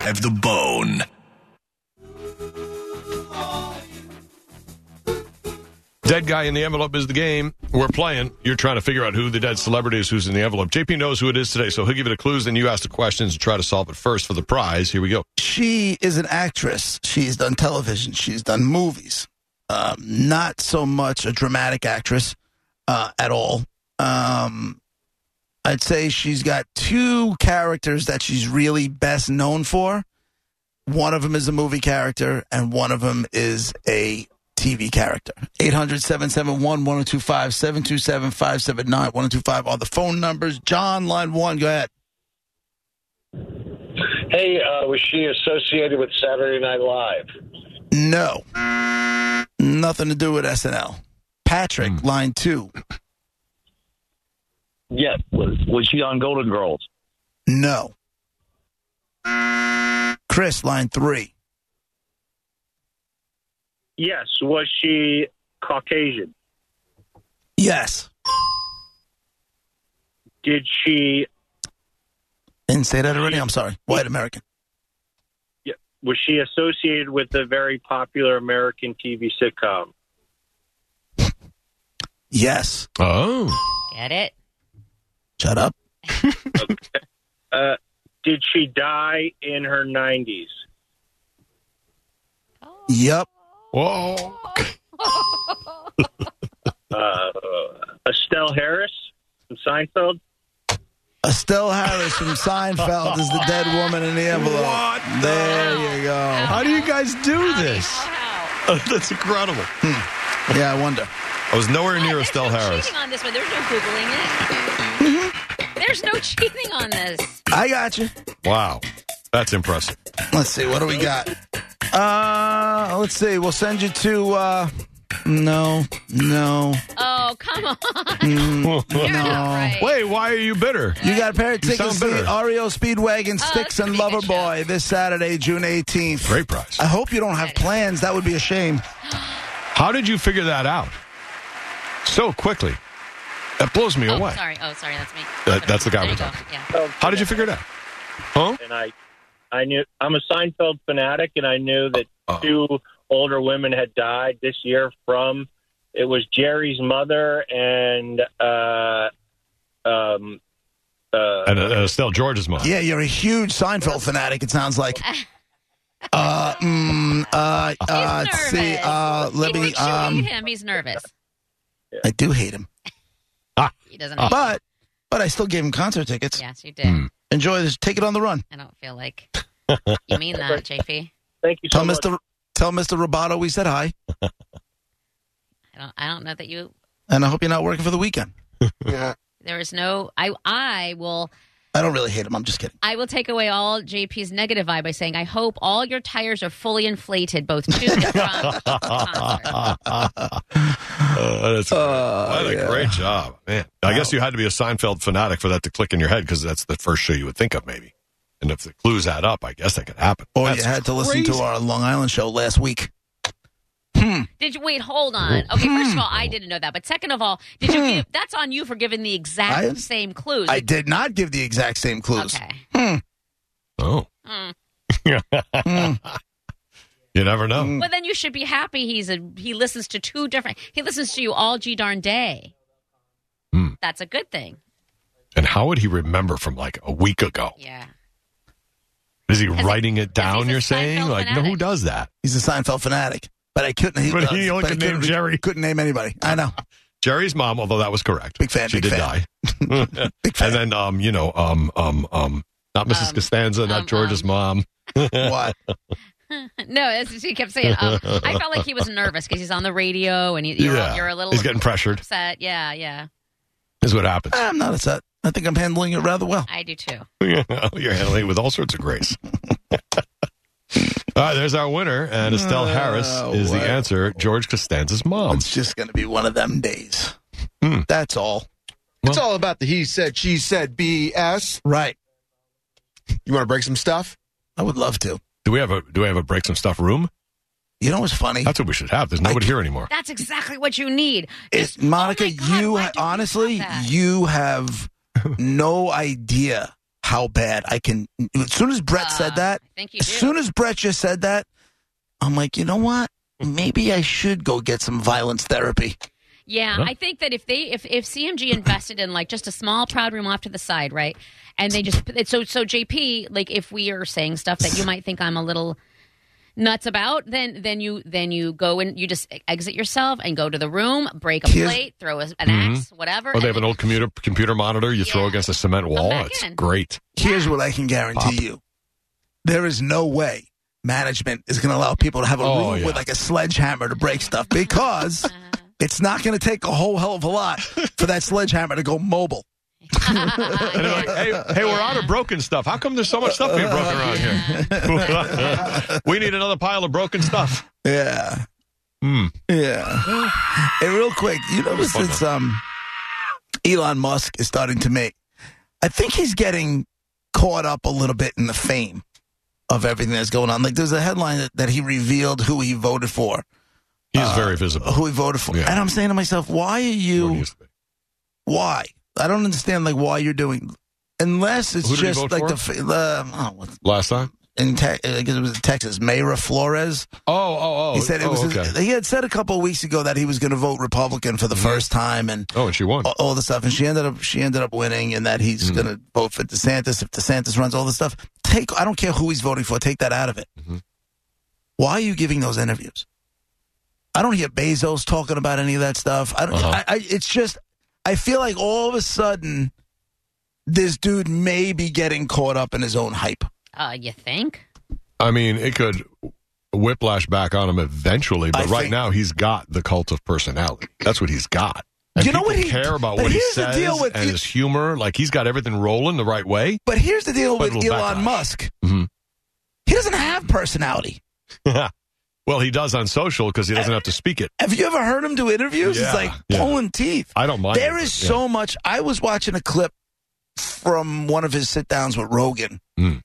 Have the bone. Dead guy in the envelope is the game. We're playing. You're trying to figure out who the dead celebrity is who's in the envelope. JP knows who it is today, so he'll give you the clues, then you ask the questions and try to solve it first for the prize. Here we go. she is an actress. She's done television. She's done movies. Um, not so much a dramatic actress uh, at all. Um, I'd say she's got two characters that she's really best known for. One of them is a movie character, and one of them is a TV character. 800 771 1025 727 579 1025 are the phone numbers. John, line one, go ahead. Hey, uh, was she associated with Saturday Night Live? No. Nothing to do with SNL. Patrick, Hmm. line two. Yeah, was, was she on Golden Girls? No. Chris, line three. Yes. Was she Caucasian? Yes. Did she Didn't say that already. I'm sorry. White American. was she associated with the very popular American TV sitcom? Yes. Oh. Get it? Shut up. Uh, did she die in her nineties? Yep. Whoa. Uh, Estelle Harris from Seinfeld. Estelle Harris from Seinfeld is the dead woman in the envelope. What? There you go. How do you guys do this? Wow. That's incredible. Yeah, I wonder. I was nowhere near There's Estelle no Harris. cheating on this one. There's no Googling Mm-hmm. it. There's no cheating on this. I got you. Wow. That's impressive. Let's see. What do we got? Uh, let's see. We'll send you to. Uh, no, no, Oh, come on. Wait, You're not right. why are you bitter? You got a pair of You tickets sound to the bitter. REO Speedwagon Sticks that's gonna and be a good Loverboy this Saturday, June 18th. Great prize. I hope you don't have plans. That would be a shame. How did you figure that out so quickly? That blows me Oh, away. sorry. Oh, sorry. That's me. Uh, That- that's the guy There we're you go. talking Yeah. How did you figure it out? Huh? And I, I knew I'm a Seinfeld fanatic, and I knew that Uh-oh. two older women had died this year from. It was Jerry's mother and uh, um, uh, And uh, Estelle George's mom. Yeah, you're a huge Seinfeld fanatic, it sounds like. Uh, mm, uh, uh, He's let's see, nervous. uh, let People me, are shooting um, at him. He's nervous. I do hate him, He doesn't. Uh, Uh. but, but I still gave him concert tickets. yes, you did. Hmm. Enjoy this. Take it on the run. I don't feel like you mean that, JP. thank you so Tell much. Mr. Tell Mr. Roboto we said hi, I don't. I don't know that you. and I hope you're not working for the weekend. There is no. I. I will. I don't really hate him. I'm just kidding. I will take away all JP's negative vibe by saying I hope all your tires are fully inflated, both to and from the concert. Uh, Oh, that's great. Uh, what a yeah. great job, man! I guess you had to be a Seinfeld fanatic for that to click in your head because that's the first show you would think of, maybe. And if the clues add up, I guess that could happen. Or That's you had to listen crazy. to our Long Island show last week. Hmm. Did you wait? Hold on. Okay, first of all, I didn't know that. But second of all, did you Hmm. give? That's on you for giving the exact I- same clues. I did not give the exact same clues. okay. Oh, Mm. Mm. you never know. Mm. Well, then you should be happy. He's a he listens to two different. He listens to you all g darn day. Hmm. That's a good thing. And how would he remember from like a week ago? Yeah. Is he he- writing it down? he's a You're saying Seinfeld like, no, who fanatic. does that? He's a Seinfeld fanatic, but I couldn't. He, But he only I could name couldn't re- Jerry. Couldn't name anybody. I know. Jerry's mom, although that was correct, Big fan, she big did fan. die. Big and fan. then, um, you know, um, um, um, not Mrs. Um, Costanza, not um, George's um. mom. what? No, as she kept saying, um, I felt like he was nervous because he's on the radio and he, you're, Yeah, you're a little He's getting pressured. upset. Yeah, yeah. Is what happens. I'm not upset. I think I'm handling it rather well. I do too. You're handling it with all sorts of grace. All right, there's our winner, and Estelle Harris Oh, is the wow. answer. George Costanza's mom. It's just going to be one of them days. Um, Hmm. That's all. It's all about the he said, she said, BS. Right. You want to break some stuff? I would love to. Do we have a Do we have a break some stuff room? You know what's funny? That's what we should have. There's I- nobody here anymore. That's exactly what you need. Is Monica, Oh my God, you why don't we honestly, have that? you have no idea how bad I can. As soon as Brett Uh, said that, I think you as do. soon as Brett just said that, I'm like, you know what? Maybe I should go get some violence therapy. yeah, Huh? I think that if they if if CMG invested in like just a small proud room off to the side, right? And they just it's so so JP, like if we are saying stuff that you might think I'm a little nuts about, then then you then you go and you just exit yourself and go to the room, break a Here's- plate, throw a, an Mhm. axe, whatever. Or they have and an old computer computer monitor you throw Yeah. against a cement wall. back It's in. great. Here's what I can guarantee you: there is no way management is going to allow people to have a Oh, room yeah. with like a sledgehammer to break stuff because it's not going to take a whole hell of a lot for that sledgehammer to go mobile. And they're like, hey, hey, we're out of broken stuff. How come there's so much stuff being broken around here? we need another pile of broken stuff. Yeah. Hmm. Yeah. hey, real quick, you know since um, Elon Musk is starting to make, I think he's getting caught up a little bit in the fame of everything that's going on. Like there's a headline that, that he revealed who he voted for, He's very visible. who he voted for, Yeah. and I'm saying to myself, why Uh, are Who he you? used to be. Why? I don't understand. Like why you're doing. Unless it's Who did he just vote like for? the fa- the oh, what- Last time? in te- I guess it was in Texas, Mayra Flores. Oh, oh, oh. He said it oh, was. okay. Mm-hmm. he had said a couple of weeks ago that he was going to vote Republican for the first time and oh, and she won. all, all the stuff, and she ended up she ended up winning, and that he's Mm-hmm. going to vote for DeSantis if DeSantis runs all this stuff. Take I don't care who he's voting for. Take that out of it. Mm-hmm. Why are you giving those interviews? I don't hear Bezos talking about any of that stuff. I don't. Uh-huh. I, I, it's just I feel like all of a sudden this dude may be getting caught up in his own hype. uh, you think? I mean, it could whiplash back on him eventually, but I right think- now he's got the cult of personality. That's what he's got. And You know people what he- care about but what he here's the says deal with and it- his humor. Like he's got everything rolling the right way. But here's the deal Quite a with little Elon backlash. Musk. Mhm. He doesn't have personality. well, he does on social because he doesn't have to speak it. Have you ever heard him do interviews? Yeah, it's like yeah. pulling teeth. I don't mind. There it, is but, yeah. so much. I was watching a clip from one of his sit downs with Rogan. Mm.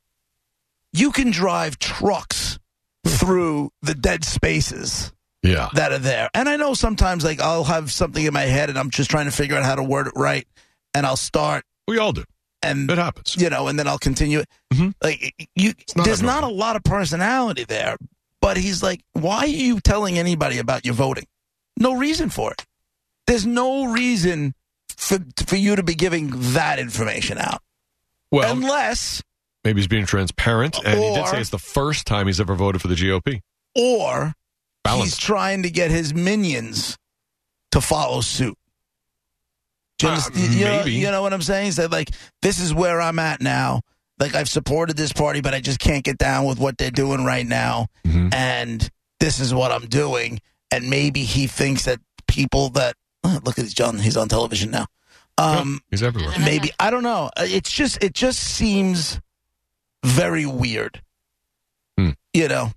You can drive trucks through the dead spaces yeah. that are there. And I know sometimes, like, I'll have something in my head and I'm just trying to figure out how to word it right. And I'll start We all do. and It happens. you know, and then I'll continue. Mhm. Like you, not there's abnormal. not a lot of personality there. But he's like, why are you telling anybody about your voting? No reason for it. There's no reason for for you to be giving that information out, Well, unless maybe he's being transparent, and he did Or- say it's the first time he's ever voted for the GOP. or he's Balanced. trying to get his minions to follow suit. Do you, Uh, understand- you know, maybe. you know what I'm saying? He said, like, this is where I'm at now. Like, I've supported this party, but I just can't get down with what they're doing right now. Mhm. And this is what I'm doing. And maybe he thinks that people that oh, look at John, he's on television now. Um, He's everywhere. maybe I don't know. Uh, It's just it just seems very weird. Hmm. You know,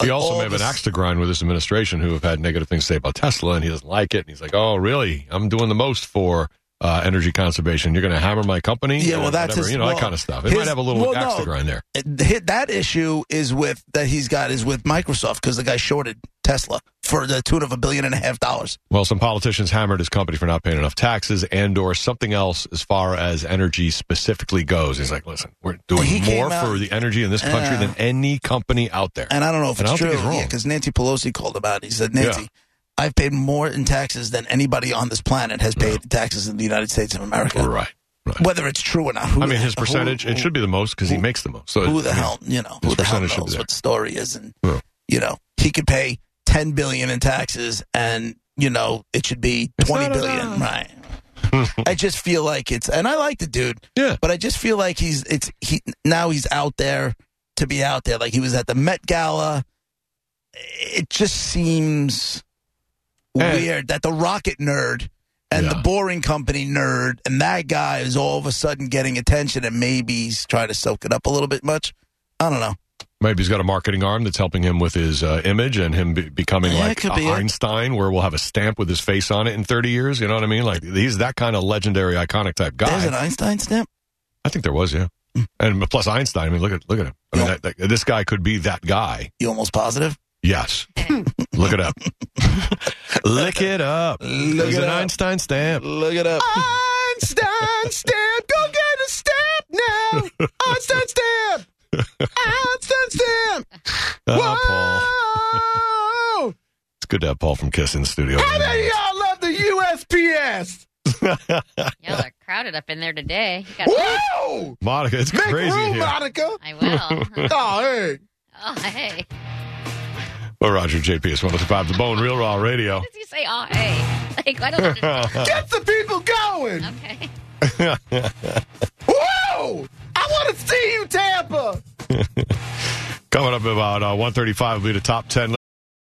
He Like, also all may have an this- axe to grind with his administration, who have had negative things to say about Tesla, and he doesn't like it. And he's like, "Oh, really? I'm doing the most for uh, energy conservation. You're going to hammer my company? Yeah, And well, that's whatever, his- you know that well, kind of stuff. He his- might have a little well, axe to no. grind there. hit that issue is with that he's got is with Microsoft because the guy shorted Tesla for the tune of a billion and a half dollars. Well, some politicians hammered his company for not paying enough taxes and/or something else as far as energy specifically goes. He's like, "Listen, we're doing He came more out- for the energy in this country Yeah. than any company out there." And I don't know if And I it's don't true. think he's wrong. Yeah, because Nancy Pelosi called about it. He said, Nancy, Yeah. I've paid more in taxes than anybody on this planet has paid in taxes in the United States of America. right. Right. Whether it's true or not, who I mean, the- his percentage, who, it should be the most because he makes the most. So who it- the hell you know his who the hell percentage should be knows there. what the story is, and Yeah. you know he could pay ten billion in taxes, and you know it should be It's twenty not billion, enough. right? I just feel like it's, and I like the dude, Yeah. but I just feel like he's it's he now he's out there to be out there. Like he was at the Met Gala. It just seems And- weird that the rocket nerd and the Yeah. boring company nerd and that guy is all of a sudden getting attention and maybe he's trying to soak it up a little bit much. I don't know. Maybe he's got a marketing arm that's helping him with his uh, image and him be- becoming Yeah, it like could be it. Einstein, where we'll have a stamp with his face on it in 30 years. You know what I mean? Like he's that kind of legendary, iconic type guy. There's an Einstein stamp. I think there was, yeah. And plus Einstein. I mean, look at look at him. I mean, Yeah. that, that, this guy could be that guy. You almost positive? Yes. look it up. Lick it up. Look There's it an up. Einstein stamp. Ah, Look it up. Einstein stamp. Go get a stamp now. Einstein stamp. Einstein stamp. Ah, Paul. Whoa. It's good to have Paul from Kiss in the studio. How many of y'all love the USPS? Y'all are crowded up in there today. You got- Whoa. Monica, it's Make crazy room, here. Monica. I will. Oh, hey. oh, hey. Well, Roger JP is one of the five, the Bone Real Raw Radio. What does he say? Oh, hey. Like, I don't understand. Get the people going. Okay. Whoa. I want to see you, Tampa. Coming up about uh, one thirty-five will be the top ten.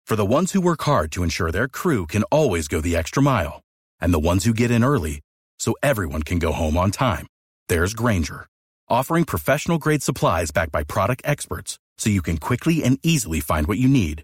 For the ones who work hard to ensure their crew can always go the extra mile, and the ones who get in early so everyone can go home on time, there's Granger, offering professional grade supplies backed by product experts so you can quickly and easily find what you need.